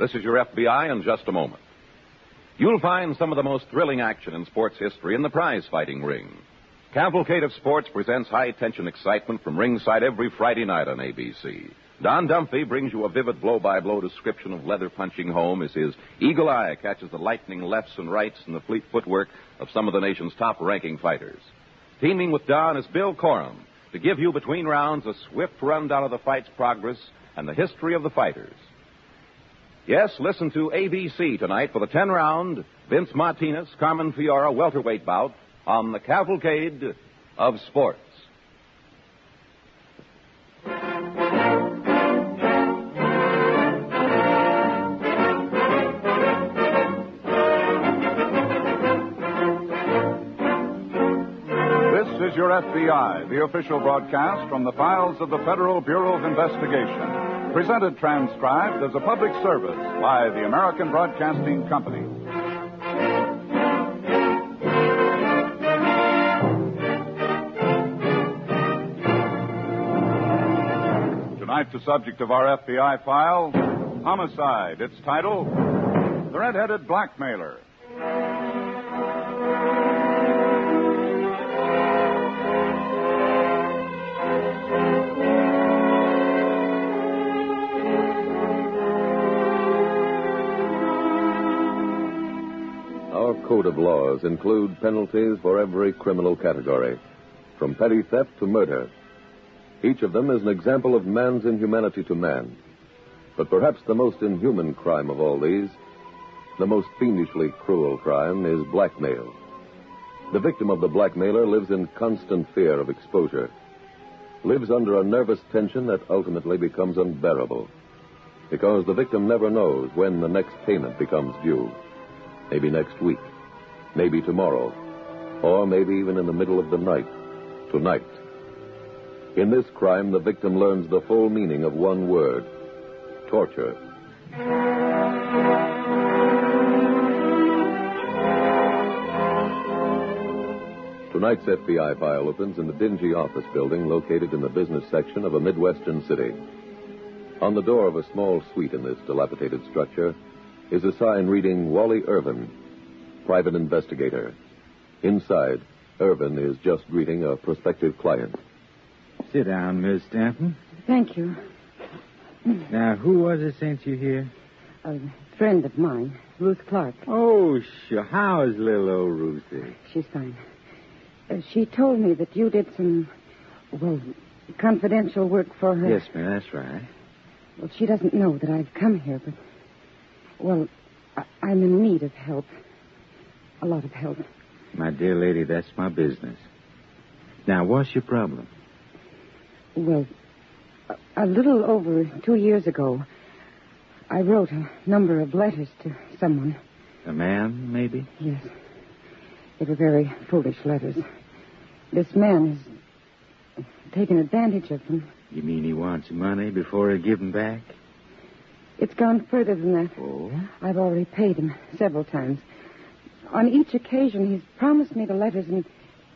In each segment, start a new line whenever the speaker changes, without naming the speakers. This is your FBI in just a moment. You'll find some of the most thrilling action in sports history in the prize fighting ring. Cavalcade of Sports presents high tension excitement from ringside every Friday night on ABC. Don Dumphy brings you a vivid blow by blow description of leather punching home as his eagle eye catches the lightning lefts and rights and the fleet footwork of some of the nation's top ranking fighters. Teaming with Don is Bill Coram to give you between rounds a swift rundown of the fight's progress and the history of the fighters. Yes, listen to ABC tonight for the 10 round Vince Martinez Carmen Fiora welterweight bout on the cavalcade of sports.
This is your FBI, the official broadcast from the files of the Federal Bureau of Investigation. Presented transcribed as a public service by the American Broadcasting Company. Tonight, the subject of our FBI file Homicide. Its title The Red Headed Blackmailer.
Our code of laws include penalties for every criminal category, from petty theft to murder. Each of them is an example of man's inhumanity to man. But perhaps the most inhuman crime of all these, the most fiendishly cruel crime, is blackmail. The victim of the blackmailer lives in constant fear of exposure, lives under a nervous tension that ultimately becomes unbearable, because the victim never knows when the next payment becomes due maybe next week, maybe tomorrow, or maybe even in the middle of the night, tonight. In this crime, the victim learns the full meaning of one word torture. Tonight's FBI file opens in the dingy office building located in the business section of a Midwestern city. On the door of a small suite in this dilapidated structure is a sign reading Wally Irvin, private investigator. Inside, Irvin is just greeting a prospective client.
Sit down, Miss Stanton.
Thank you.
Now, who was it sent you here?
A friend of mine, Ruth Clark.
Oh, sure. How's little old Ruthie?
She's fine. Uh, she told me that you did some, well, confidential work for her.
Yes, ma'am, that's right.
Well, she doesn't know that I've come here, but, well, I- I'm in need of help. A lot of help.
My dear lady, that's my business. Now, what's your problem?
Well, a, a little over two years ago, I wrote a number of letters to someone.
A man, maybe?
Yes. They were very foolish letters. This man has taken advantage of them.
You mean he wants your money before he'll give him back?
It's gone further than that.
Oh?
I've already paid him several times. On each occasion, he's promised me the letters, and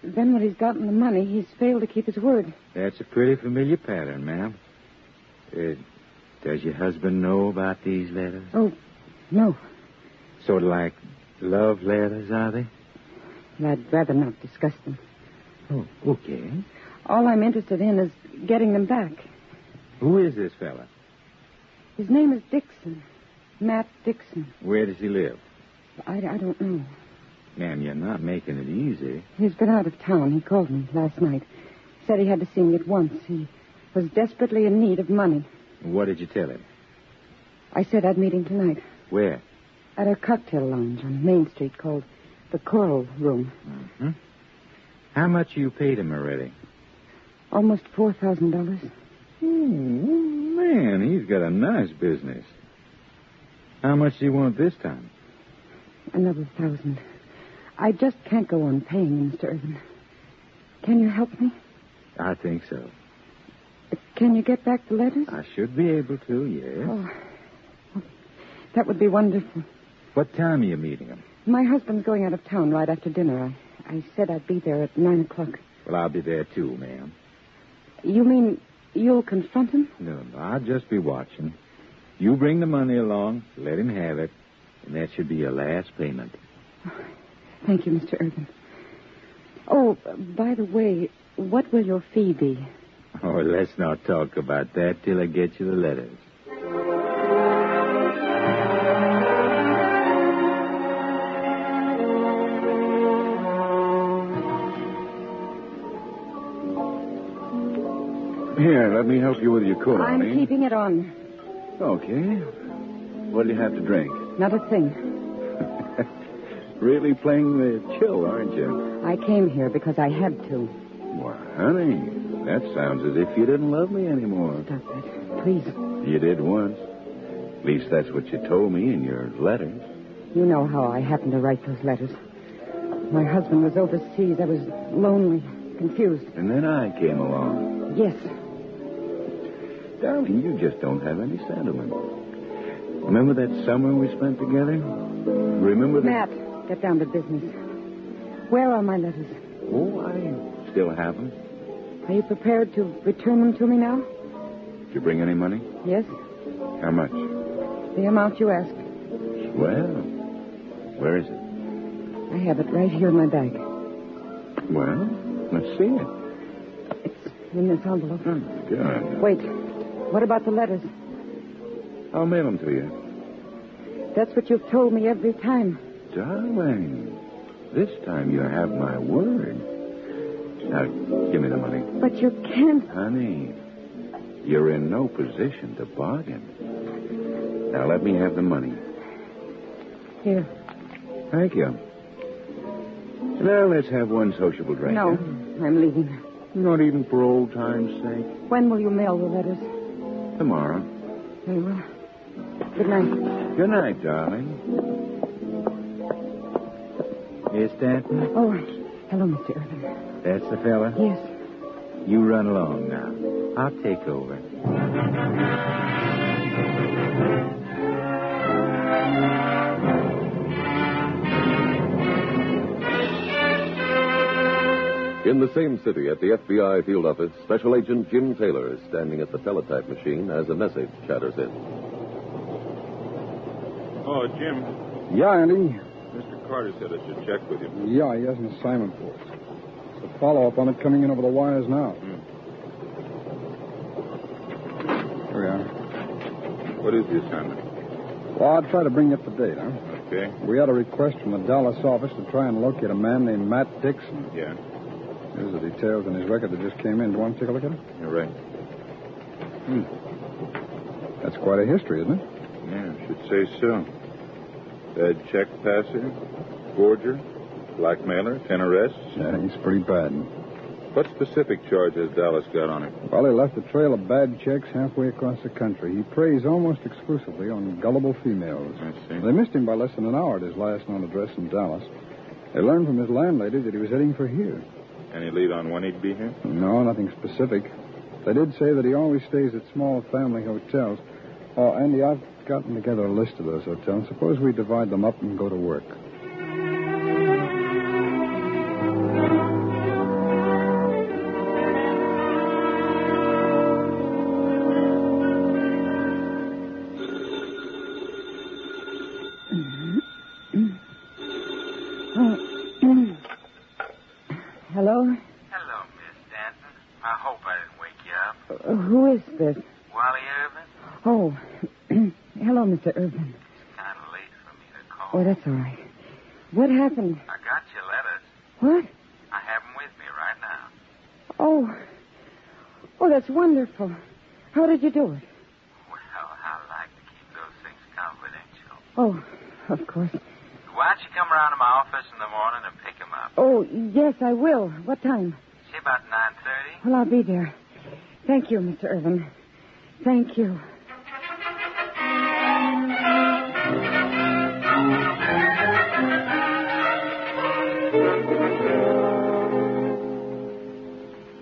then when he's gotten the money, he's failed to keep his word.
That's a pretty familiar pattern, ma'am. Uh, does your husband know about these letters?
Oh, no.
Sort of like love letters, are they?
But I'd rather not discuss them.
Oh, okay.
All I'm interested in is getting them back.
Who is this fella?
His name is Dixon. Matt Dixon.
Where does he live?
I, I don't know.
Ma'am, you're not making it easy.
He's been out of town. He called me last night. Said he had to see me at once. He was desperately in need of money.
What did you tell him?
I said I'd meet him tonight
Where?
at a cocktail lounge on Main Street called the Coral Room.
How much you paid him already?
Almost $4,000.
Oh, man, he's got a nice business. How much do you want this time?
Another thousand. I just can't go on paying him, Mr. Irvin. Can you help me?
I think so.
Can you get back the letters?
I should be able to, yes.
Oh, that would be wonderful.
What time are you meeting him?
My husband's going out of town right after dinner. I, I said I'd be there at nine o'clock.
Well, I'll be there too, ma'am.
You mean you'll confront him?
No, no, I'll just be watching. You bring the money along, let him have it, and that should be your last payment.
Thank you, Mr. Irvin. Oh, by the way, what will your fee be?
Oh, let's not talk about that till I get you the letters.
Here, let me help you with your coat,
I'm
Arlene.
keeping it on.
Okay. What do you have to drink?
Not a thing.
Really playing the chill, aren't you?
I came here because I had to.
Why, honey, that sounds as if you didn't love me anymore.
Stop that. Please.
You did once. At least that's what you told me in your letters.
You know how I happened to write those letters. My husband was overseas. I was lonely, confused.
And then I came along.
Yes,
Darling, you just don't have any sentiment. Remember that summer we spent together? Remember that?
Matt, get down to business. Where are my letters?
Oh, I still have them.
Are you prepared to return them to me now?
Did you bring any money?
Yes,
How much?
the amount you asked.
Well, where is it?
I have it right here in my bag.
Well, let's see it.
It's in this envelope.
Oh, God.
Wait. What about the letters?
I'll mail them to you.
That's what you've told me every time.
Darling, this time you have my word. Now, give me the money.
But you can't.
Honey, you're in no position to bargain. Now, let me have the money.
Here.
Thank you. Now, let's have one sociable drink.
no,
huh?
I'm leaving.
Not even for old time's sake.
When will you mail the letters?
Tomorrow.
Very well. Good night.
Good night, darling.
Is Stanton?
Oh, hello, Mr. Irvin.
That's the fella.
Yes.
You run along now. I'll take over.
In the same city at the FBI field office, Special Agent Jim Taylor is standing at the teletype machine as a message chatters in.
Oh, Jim,
Yeah, Andy.
Mr. Carter said I should check with you.
Yeah, he has an assignment for us. It's a follow up on it coming in over the wires now. Here we are.
What is the assignment?
Well, I'll try to bring you up to date, huh?
Okay.
We had a request from the Dallas office to try and locate a man named Matt Dixon.
Yeah.
Here's the details in his record that just came in. Do you want to take a look at it?
You're right.
That's quite a history, isn't it?
Yeah, I should say so. Bad check passer, forger, blackmailer, ten arrests.
Yeah, he's pretty bad.
What specific charge has Dallas got on him?
Well, he left a trail of bad checks halfway across the country. He preys almost exclusively on gullible females.
I
They missed him by less than an hour at his last known address in Dallas. They learned from his landlady that he was heading for here.
Any lead on when he'd be here?
No, nothing specific. They did say that he always stays at small family hotels. Oh, Andy, I've gotten together a list of those hotels. Suppose we divide them up and go to work.
Hello?
Hello, Miss Stanton. I hope I didn't wake you up.
Uh, who is this?
Wally Irvin?
Oh, hello, Mr. Irvin. Oh, that's all right. What happened?
I got your letters.
What?
I have them with me right now.
Oh. Oh, that's wonderful. How did you do it?
Well, I like to keep those things confidential.
Oh, of course.
Why don't you come around to my office in the morning and pick 'em up?
Oh, yes, I will. What time?
Say about 9.30.
Well, I'll be there. Thank you, Mr. Irvin. Thank you.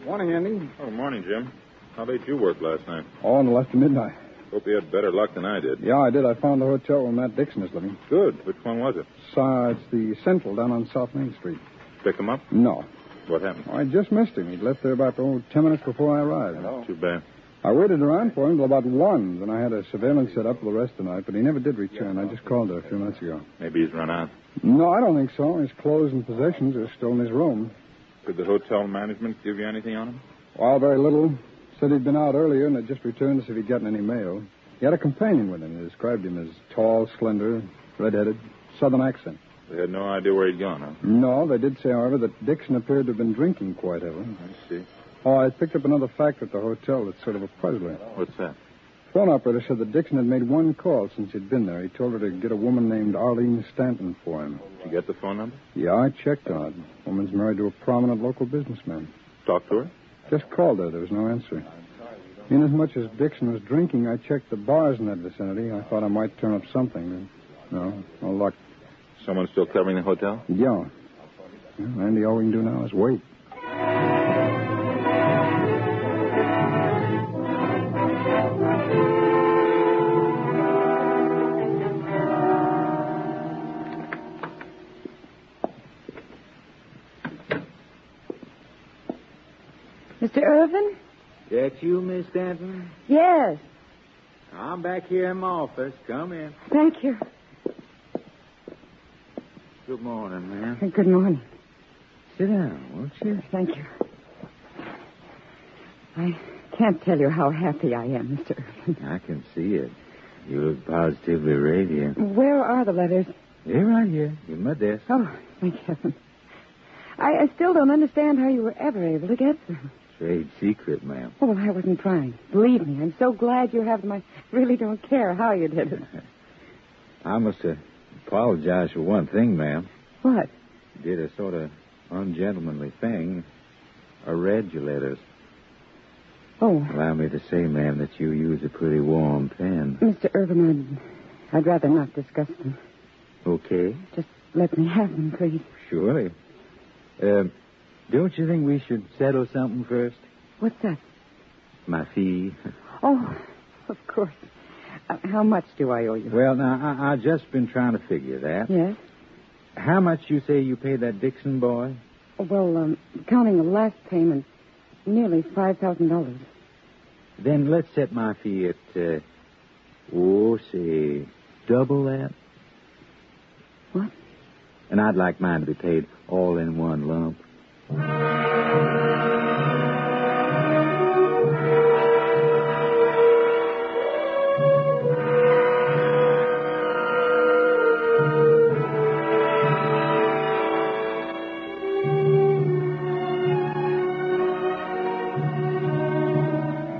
Morning, Andy.
Oh, morning, Jim. How late you worked last night?
On left to Oh, midnight.
Hope you had better luck than I did.
Yeah, I did. I found the hotel where Matt Dixon is living.
Good. Which one was it?
Uh, it's the Central down on South Main Street.
Pick him up?
No.
What happened?
I just missed him. He'd left there about oh, ten minutes before I arrived.
Oh. Too bad.
I waited around for him till about one. Then I had a surveillance set up for the rest of the night, but he never did return. I just called her a few minutes ago.
Maybe he's run out.
No, I don't think so. His clothes and possessions are still in his room.
Could the hotel management give you anything on him?
While very little, said he'd been out earlier and had just returned to see if he'd gotten any mail. He had a companion with him. They described him as tall, slender, red-headed, southern accent.
They had no idea where he'd gone, huh?
No, they did say, however, that Dixon appeared to have been drinking quite heavily.
I see.
Oh, I picked up another fact at the hotel that's sort of a puzzler.
What's that?
Phone operator said that Dixon had made one call since he'd been there. He told her to get a woman named Arlene Stanton for him.
Did you get the phone number?
Yeah, I checked on it. Woman's married to a prominent local businessman.
Talk to her?
Just called her. There was no answer. Inasmuch as Dixon was drinking, I checked the bars in that vicinity. I thought I might turn up something. No, no luck.
Someone still covering the hotel?
Yeah. Well, Andy, all we can do now is wait.
Mr. Irvin?
That you, Miss Stanton?
Yes.
I'm back here in my office. Come in.
Thank you.
Good morning, ma'am.
Good morning.
Sit down, won't you?
Thank you. I can't tell you how happy I am, Mr. Irvin.
I can see it. You look positively radiant.
Where are the letters?
They're right here in my desk.
Oh, thank heaven. I, I still don't understand how you were ever able to get them.
Trade secret, ma'am.
Oh, well, I wasn't trying. Believe me, I'm so glad you have them. I really don't care how you did it.
I must uh, apologize for one thing, ma'am.
What?
Did a sort of ungentlemanly thing. I read your letters.
Oh,
Allow me to say, ma'am, that you use a pretty warm pen.
Mr. Irvin, I'd, I'd rather not discuss them.
Okay,
Just let me have them, please.
surely. Um, don't you think we should settle something first?
What's that?
My fee.
Oh, of course. Uh, how much do I owe you?
Well, now, I, I just been trying to figure that.
Yes?
How much you say you paid that Dixon boy?
Well, um, counting the last payment, nearly $5,000.
Then let's set my fee at, uh, oh, say, double that.
What?
And I'd like mine to be paid all in one lump.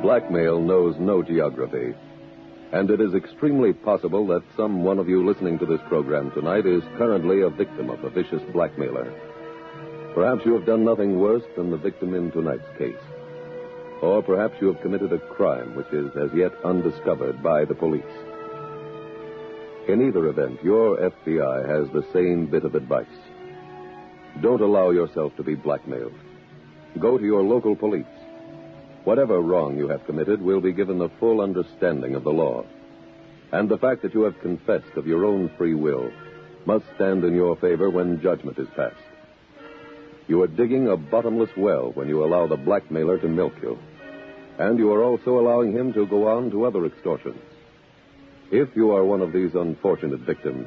Blackmail knows no geography. And it is extremely possible that some one of you listening to this program tonight is currently a victim of a vicious blackmailer. Perhaps you have done nothing worse than the victim in tonight's case. Or perhaps you have committed a crime which is as yet undiscovered by the police. In either event, your FBI has the same bit of advice. Don't allow yourself to be blackmailed. Go to your local police. Whatever wrong you have committed will be given the full understanding of the law. And the fact that you have confessed of your own free will must stand in your favor when judgment is passed. You are digging a bottomless well when you allow the blackmailer to milk you. And you are also allowing him to go on to other extortions. If you are one of these unfortunate victims,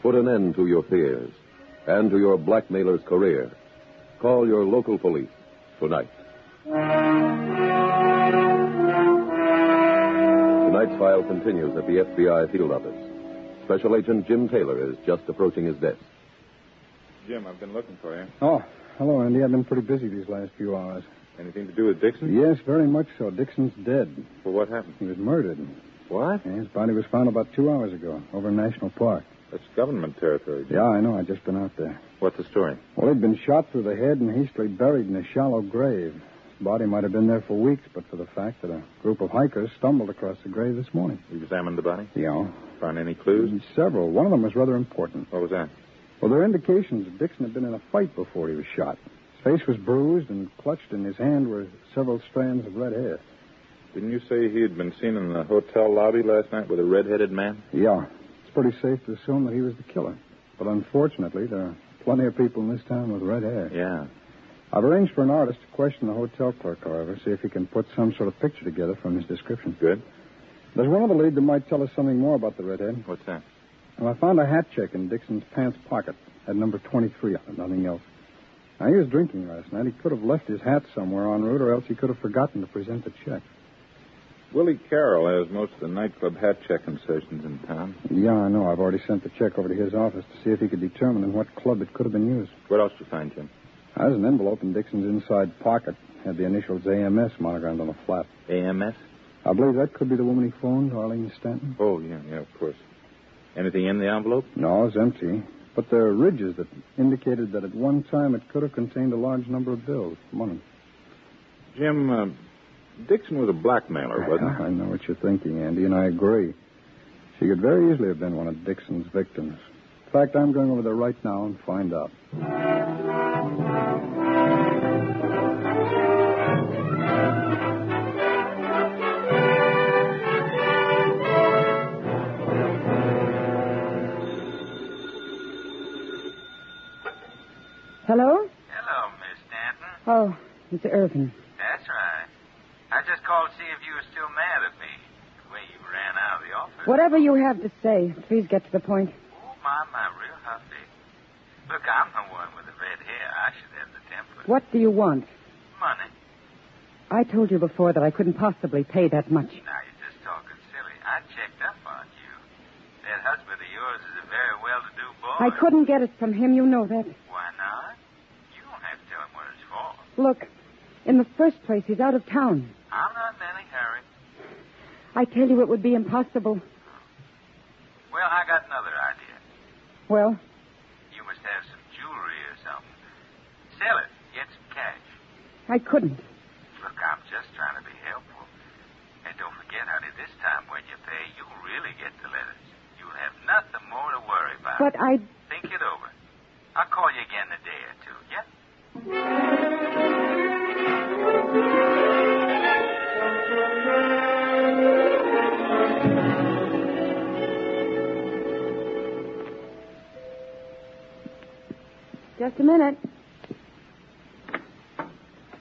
put an end to your fears and to your blackmailer's career. Call your local police tonight. Tonight's file continues at the FBI field office. Special Agent Jim Taylor is just approaching his desk.
Jim, I've been looking for you.
Oh, hello, Andy. I've been pretty busy these last few hours.
Anything to do with Dixon?
Yes, very much so. Dixon's dead.
Well, what happened?
He was murdered.
What?
Yeah, his body was found about two hours ago over in National Park.
That's government territory. Jim.
Yeah, I know. I've just been out there.
What's the story?
Well, he'd been shot through the head and hastily buried in a shallow grave. His body might have been there for weeks, but for the fact that a group of hikers stumbled across the grave this morning.
You examined the body?
Yeah.
Found any clues?
Several. One of them was rather important.
What was that?
Well, there are indications that Dixon had been in a fight before he was shot. His face was bruised and clutched in his hand were several strands of red hair.
Didn't you say he had been seen in the hotel lobby last night with a red-headed man?
Yeah. It's pretty safe to assume that he was the killer. But unfortunately, there are plenty of people in this town with red hair.
Yeah.
I've arranged for an artist to question the hotel clerk, however, see if he can put some sort of picture together from his description.
Good.
There's one other lead that might tell us something more about the redhead.
What's that?
Well, I found a hat check in Dixon's pants pocket. Had number 23 on it, nothing else. Now, he was drinking last night. He could have left his hat somewhere en route, or else he could have forgotten to present the check.
Willie Carroll has most of the nightclub hat-checking sessions in town.
Yeah, I know. I've already sent the check over to his office to see if he could determine in what club it could have been used.
What else did you find, Jim?
There's an envelope in Dixon's inside pocket. Had the initials AMS monogrammed on the flap.
AMS?
I believe that could be the woman he phoned, Arlene Stanton.
Oh, yeah, yeah, of course. Anything in the envelope?
No, it's empty. But there are ridges that indicated that at one time it could have contained a large number of bills, money.
Jim, uh, Dixon was a blackmailer, wasn't he?
I know what you're thinking, Andy, and I agree. She could very easily have been one of Dixon's victims. In fact, I'm going over there right now and find out.
Hello?
Hello, Miss Stanton.
Oh, it's Irvin.
That's right. I just called to see if you were still mad at me, the way you ran out of the office.
Whatever you have to say, please get to the point.
Oh, my, my, real huffy. Look, I'm the one with the red hair. I should have the temper.
What do you want?
Money.
I told you before that I couldn't possibly pay that much.
Now, you're just talking silly. I checked up on you. That husband of yours is a very well-to-do boy.
I couldn't get it from him, you know that.
Why not? You don't have to tell him what it's for.
Look, in the first place, he's out of town.
I'm not in any hurry.
I tell you, it would be impossible.
Well, I got another idea.
Well,
You must have some jewelry or something. Sell it. Get some cash.
I couldn't.
Look, I'm just trying to be helpful. And don't forget, honey, this time when you pay, you'll really get the letters. You'll have nothing more to worry about.
But I.
Think it over. I'll call you again in a day or two, yeah?
Just a minute.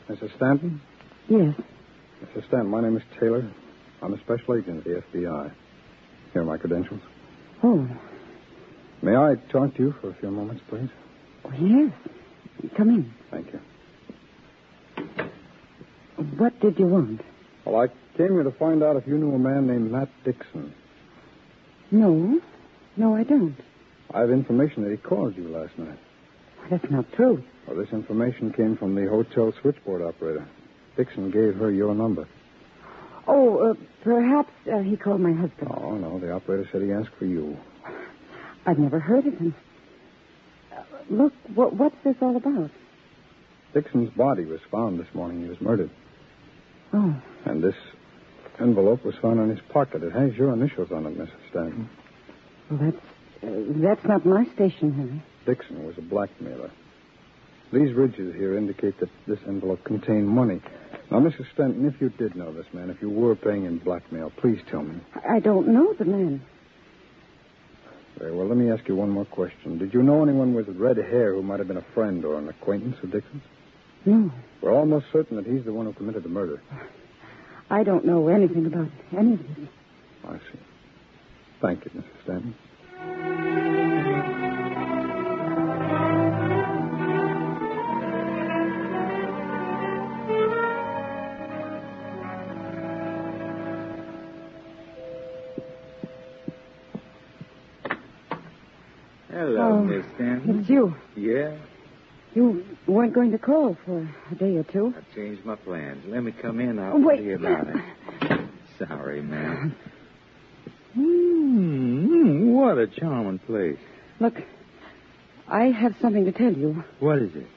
Mrs. Stanton?
Yes.
Mr. Stanton, my name is Taylor. I'm a special agent of the FBI. Here are my credentials.
Oh,
May I talk to you for a few moments, please?
oh, yes. Come in.
Thank you.
What did you want?
Well, I came here to find out if you knew a man named Matt Dixon.
No. No, I don't.
I have information that he called you last night.
That's not true.
Well, this information came from the hotel switchboard operator. Dixon gave her your number.
Oh, uh, perhaps uh, he called my husband.
Oh, no, the operator said he asked for you.
I've never heard of him. Uh, look, what, what's this all about?
Dixon's body was found this morning. He was murdered.
Oh,
And this envelope was found in his pocket. It has your initials on it, Mrs. Stanton.
well, that's, uh, that's not my station, Henry.
Dixon was a blackmailer. These ridges here indicate that this envelope contained money. Now, Mrs. Stanton, if you did know this man, if you were paying in blackmail, please tell me.
I- I don't know the man.
Very well, let me ask you one more question. Did you know anyone with red hair who might have been a friend or an acquaintance of Dixon's?
No.
We're almost certain that he's the one who committed the murder.
I don't know anything about any of this.
I see. Thank you, Mrs. Stanton.
Hello,
Oh,
Miss Stanton.
It's you.
Yeah,
You weren't going to call for a day or two.
I changed my plans. Let me come in. I'll
Oh, wait.
tell you about it. Sorry, ma'am.
Mm, what a charming place.
Look, I have something to tell you.
What is it?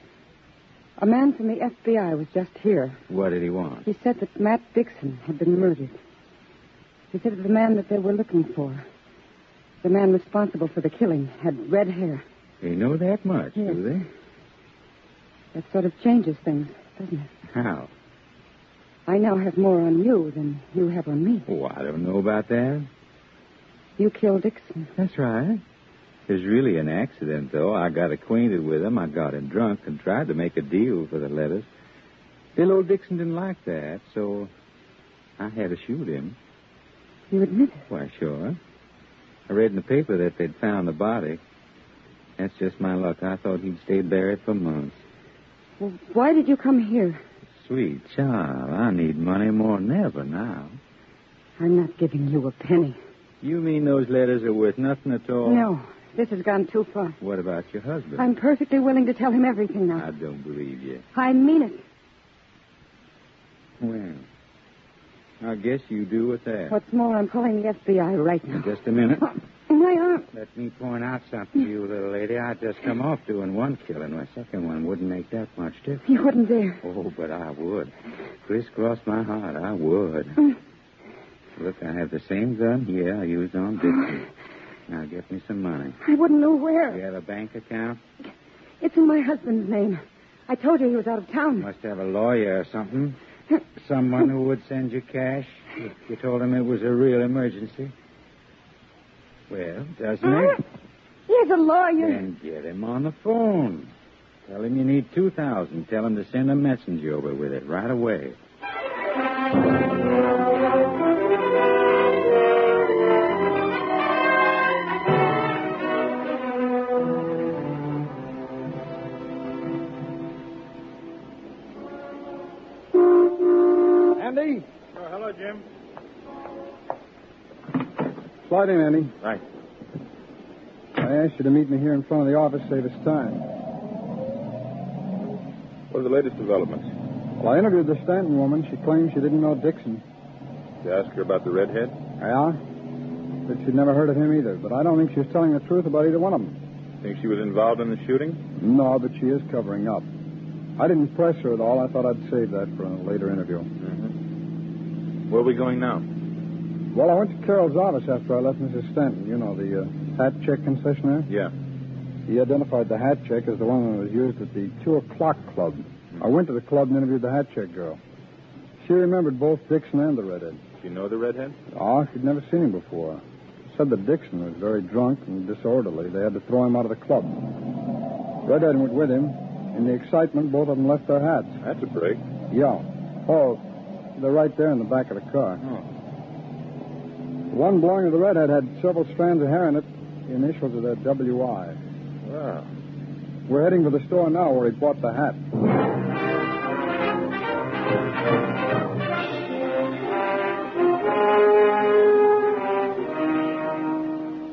A man from the FBI was just here.
What did he want?
He said that Matt Dixon had been murdered. He said that the man that they were looking for, the man responsible for the killing, had red hair.
They know that much, do they?
That sort of changes things, doesn't it?
How?
I now have more on you than you have on me.
Oh, I don't know about that.
You killed Dixon.
That's right. It was really an accident, though. I got acquainted with him. I got him drunk and tried to make a deal for the letters. Bill old Dixon didn't like that, so I had to shoot him.
You admit it?
Why, sure. I read in the paper that they'd found the body. That's just my luck. I thought he'd stay buried for months.
Well, why did you come here?
Sweet child, I need money more than ever now.
I'm not giving you a penny.
You mean those letters are worth nothing at all?
No, this has gone too far.
What about your husband?
I'm perfectly willing to tell him everything
I
now.
don't believe you.
I mean it.
Well, I guess you do with that.
What's more, I'm calling the FBI right now.
Now, Just a minute.
My arm.
Let me point out something to you, little lady. I just come off doing one killing. My second one wouldn't make that much difference.
You wouldn't dare.
Oh, but I would. Crisscross my heart, I would. Look, I have the same gun here I used on Dixon. Now get me some money.
I wouldn't know where.
You have a bank account?
It's in my husband's name. I told you he was out of town.
Must have a lawyer or something. Someone who would send you cash if you told him it was a real emergency. Well, doesn't it?
He's a lawyer.
Then get him on the phone. Tell him you need 2000 Tell him to send a messenger over with it right away.
Andy!
Oh, hello, Jim.
Slide in, Andy.
Right.
I asked you to meet me here in front of the office, save us time.
What are the latest developments?
Well, I interviewed the Stanton woman. She claims she didn't know Dixon.
Did you ask her about the redhead?
Yeah? Said she'd never heard of him either, but I don't think she was telling the truth about either one of them.
Think she was involved in the shooting?
No, but she is covering up. I didn't press her at all. I thought I'd save that for a later interview.
Mm-hmm. Where are we going now?
Well, I went to Carol's office after I left Mrs. Stanton. You know, the uh, hat check concessionaire.
Yeah.
He identified the hat check as the one that was used at the 2 o'clock club. I went to the club and interviewed the hat check girl. She remembered both Dixon and the redhead.
Do you know the redhead?
Oh, she'd never seen him before. Said that Dixon was very drunk and disorderly. They had to throw him out of the club. Redhead went with him. In the excitement, both of them left their hats.
That's a break.
Yeah. Oh, they're right there in the back of the car.
Oh.
The one belonging to the redhead had several strands of hair in it. The initials of their WI.
Wow.
We're heading for the store now where he bought the hat.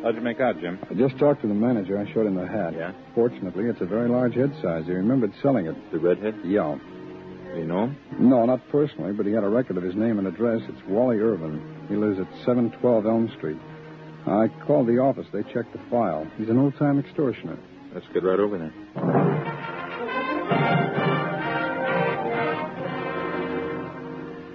How'd you make out, Jim?
I just talked to the manager. I showed him the hat.
Yeah.
Fortunately, it's a very large head size. He remembered selling it.
The redhead?
Yeah.
Do you know him?
No, not personally, but he had a record of his name and address. It's Wally Irvin. He lives at 712 Elm Street. I called the office. They checked the file. He's an old time extortioner.
Let's get right over there.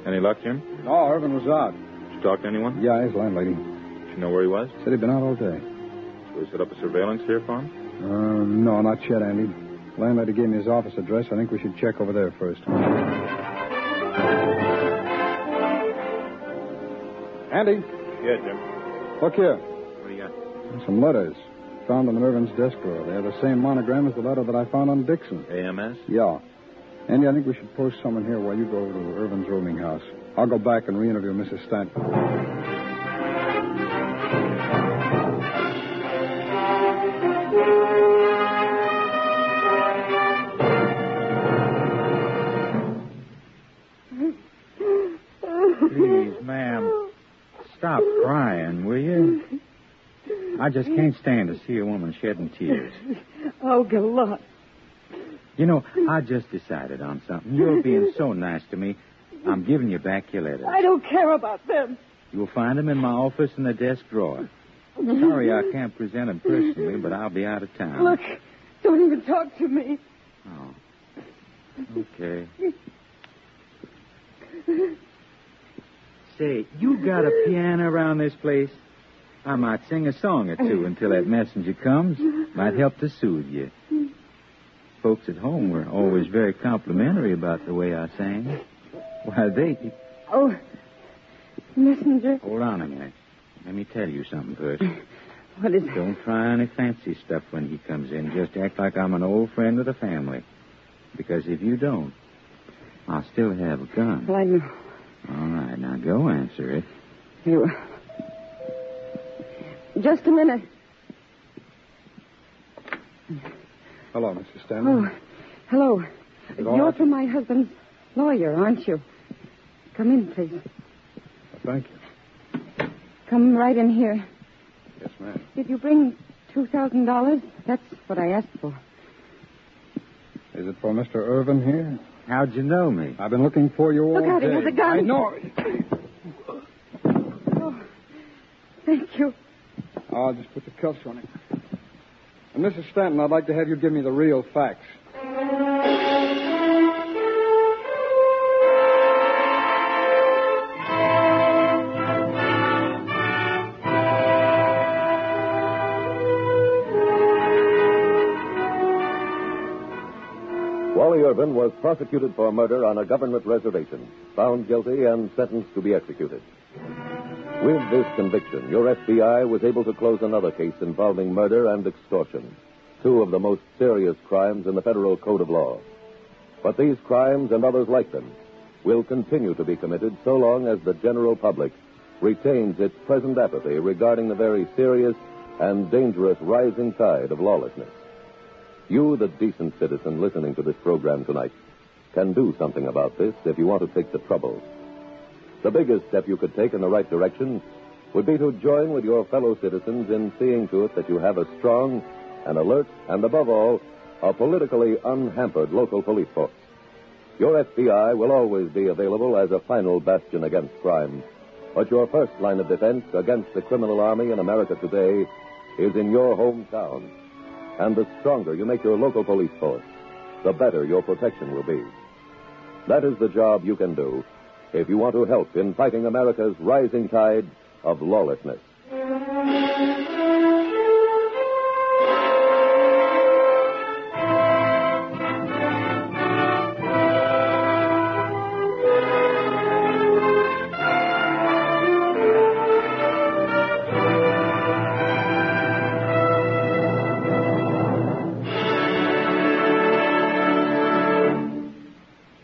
Any luck, Jim?
Oh, Irvin was out.
Did you talk to anyone?
Yeah, his landlady.
Did you know where he was?
Said he'd been out all day.
Should we set up a surveillance here for him?
Uh, no, not yet, Andy. Landlady gave me his office address. I think we should check over there first. Andy,
Yeah, Jim.
look here.
What do you got?
Some letters found on Irvin's desk drawer. They have the same monogram as the letter that I found on Dixon.
AMS?
Yeah. Andy, I think we should post someone here while you go over to Irvin's rooming house. I'll go back and re-interview Mrs. Stanton.
Please, ma'am, stop crying, will you? I I just can't stand to see a woman shedding tears.
Oh, Galot.
You know, I just decided on something. You're being so nice to me. I'm giving you back your letters.
I don't care about them.
You'll find them in my office in the desk drawer. Sorry I can't present them personally, but I'll be out of town.
Look, don't even talk to me.
Oh. Okay. Say, you got a piano around this place? I might sing a song or two until that messenger comes. Might help to soothe you. Folks at home were always very complimentary about the way I sang. Why, they.
Oh, messenger.
Hold on a minute. Let me tell you something first.
What is it?
Don't try any fancy stuff when he comes in. Just act like I'm an old friend of the family. Because if you don't, I'll still have a gun.
Well, I know.
All right, now go answer it.
You. Just a minute.
Hello, Mr.
Oh,
Stanley.
hello.
Go
You're
on.
from my husband's lawyer, aren't you? Come in, please.
Uh, Thank you.
Come right in here.
Yes, ma'am.
Did you bring $2,000? That's what I asked for.
Is it for Mr. Irvin here?
How'd you know me?
I've been looking for you all
Look out,
day.
he has a gun.
I know.
Oh, thank you.
I'll just put the cuffs on him. And Mrs. Stanton, I'd like to have you give me the real facts.
Wally Irvin was prosecuted for murder on a government reservation, found guilty, and sentenced to be executed. With this conviction, your FBI was able to close another case involving murder and extortion, two of the most serious crimes in the federal code of law. But these crimes and others like them will continue to be committed so long as the general public retains its present apathy regarding the very serious and dangerous rising tide of lawlessness. You, the decent citizen listening to this program tonight, can do something about this if you want to take the trouble. The biggest step you could take in the right direction would be to join with your fellow citizens in seeing to it that you have a strong, an alert, and above all, a politically unhampered local police force. Your FBI will always be available as a final bastion against crime, but your first line of defense against the criminal army in America today is in your hometown. And the stronger you make your local police force, the better your protection will be. That is the job you can do if you want to help in fighting America's rising tide of lawlessness.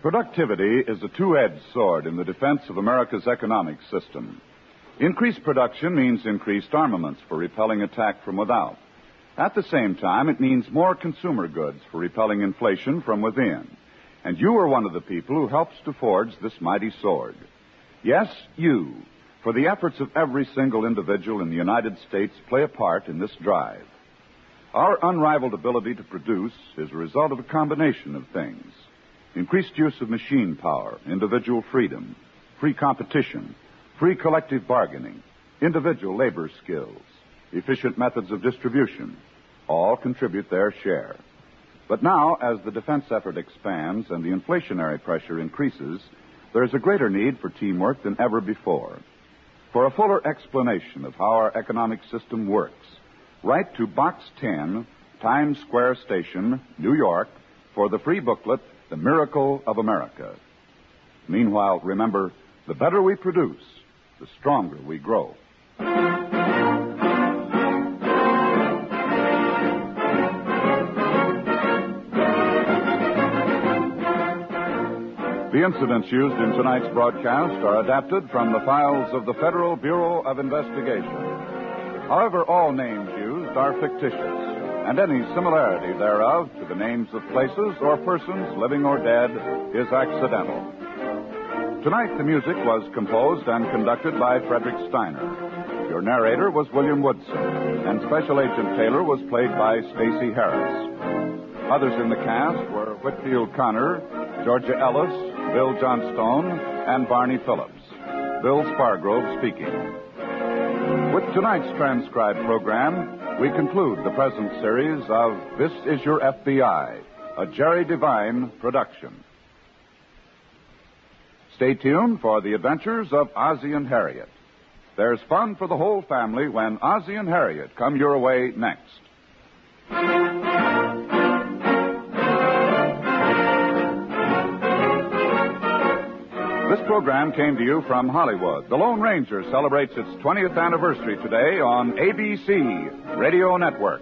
Productivity is a two edged sword in the defense of America's economic system. Increased production means increased armaments for repelling attack from without. At the same time, it means more consumer goods for repelling inflation from within. And you are one of the people who helps to forge this mighty sword. Yes, you, for the efforts of every single individual in the United States, play a part in this drive. Our unrivaled ability to produce is a result of a combination of things increased use of machine power, individual freedom, free competition, free collective bargaining, individual labor skills, efficient methods of distribution, all contribute their share. But now, as the defense effort expands and the inflationary pressure increases, there is a greater need for teamwork than ever before. For a fuller explanation of how our economic system works, write to Box 10, Times Square Station, New York, for the free booklet, The Miracle of America. Meanwhile, remember the better we produce, the stronger we grow. The incidents used in tonight's broadcast are adapted from the files of the Federal Bureau of Investigation. However, all names used are fictitious, and any similarity thereof to the names of places or persons, living or dead, is accidental. Tonight, the music was composed and conducted by Frederick Steiner. Your narrator was William Woodson, and Special Agent Taylor was played by Stacy Harris. Others in the cast were Whitfield Connor, Georgia Ellis, Bill Johnstone, and Barney Phillips. Bill Spargrove speaking. With tonight's transcribed program, we conclude the present series of This Is Your FBI, a Jerry Devine production. Stay tuned for the adventures of Ozzie and Harriet. There's fun for the whole family when Ozzie and Harriet come your way next. This program came to you from Hollywood. The Lone Ranger celebrates its 20th anniversary today on ABC Radio Network.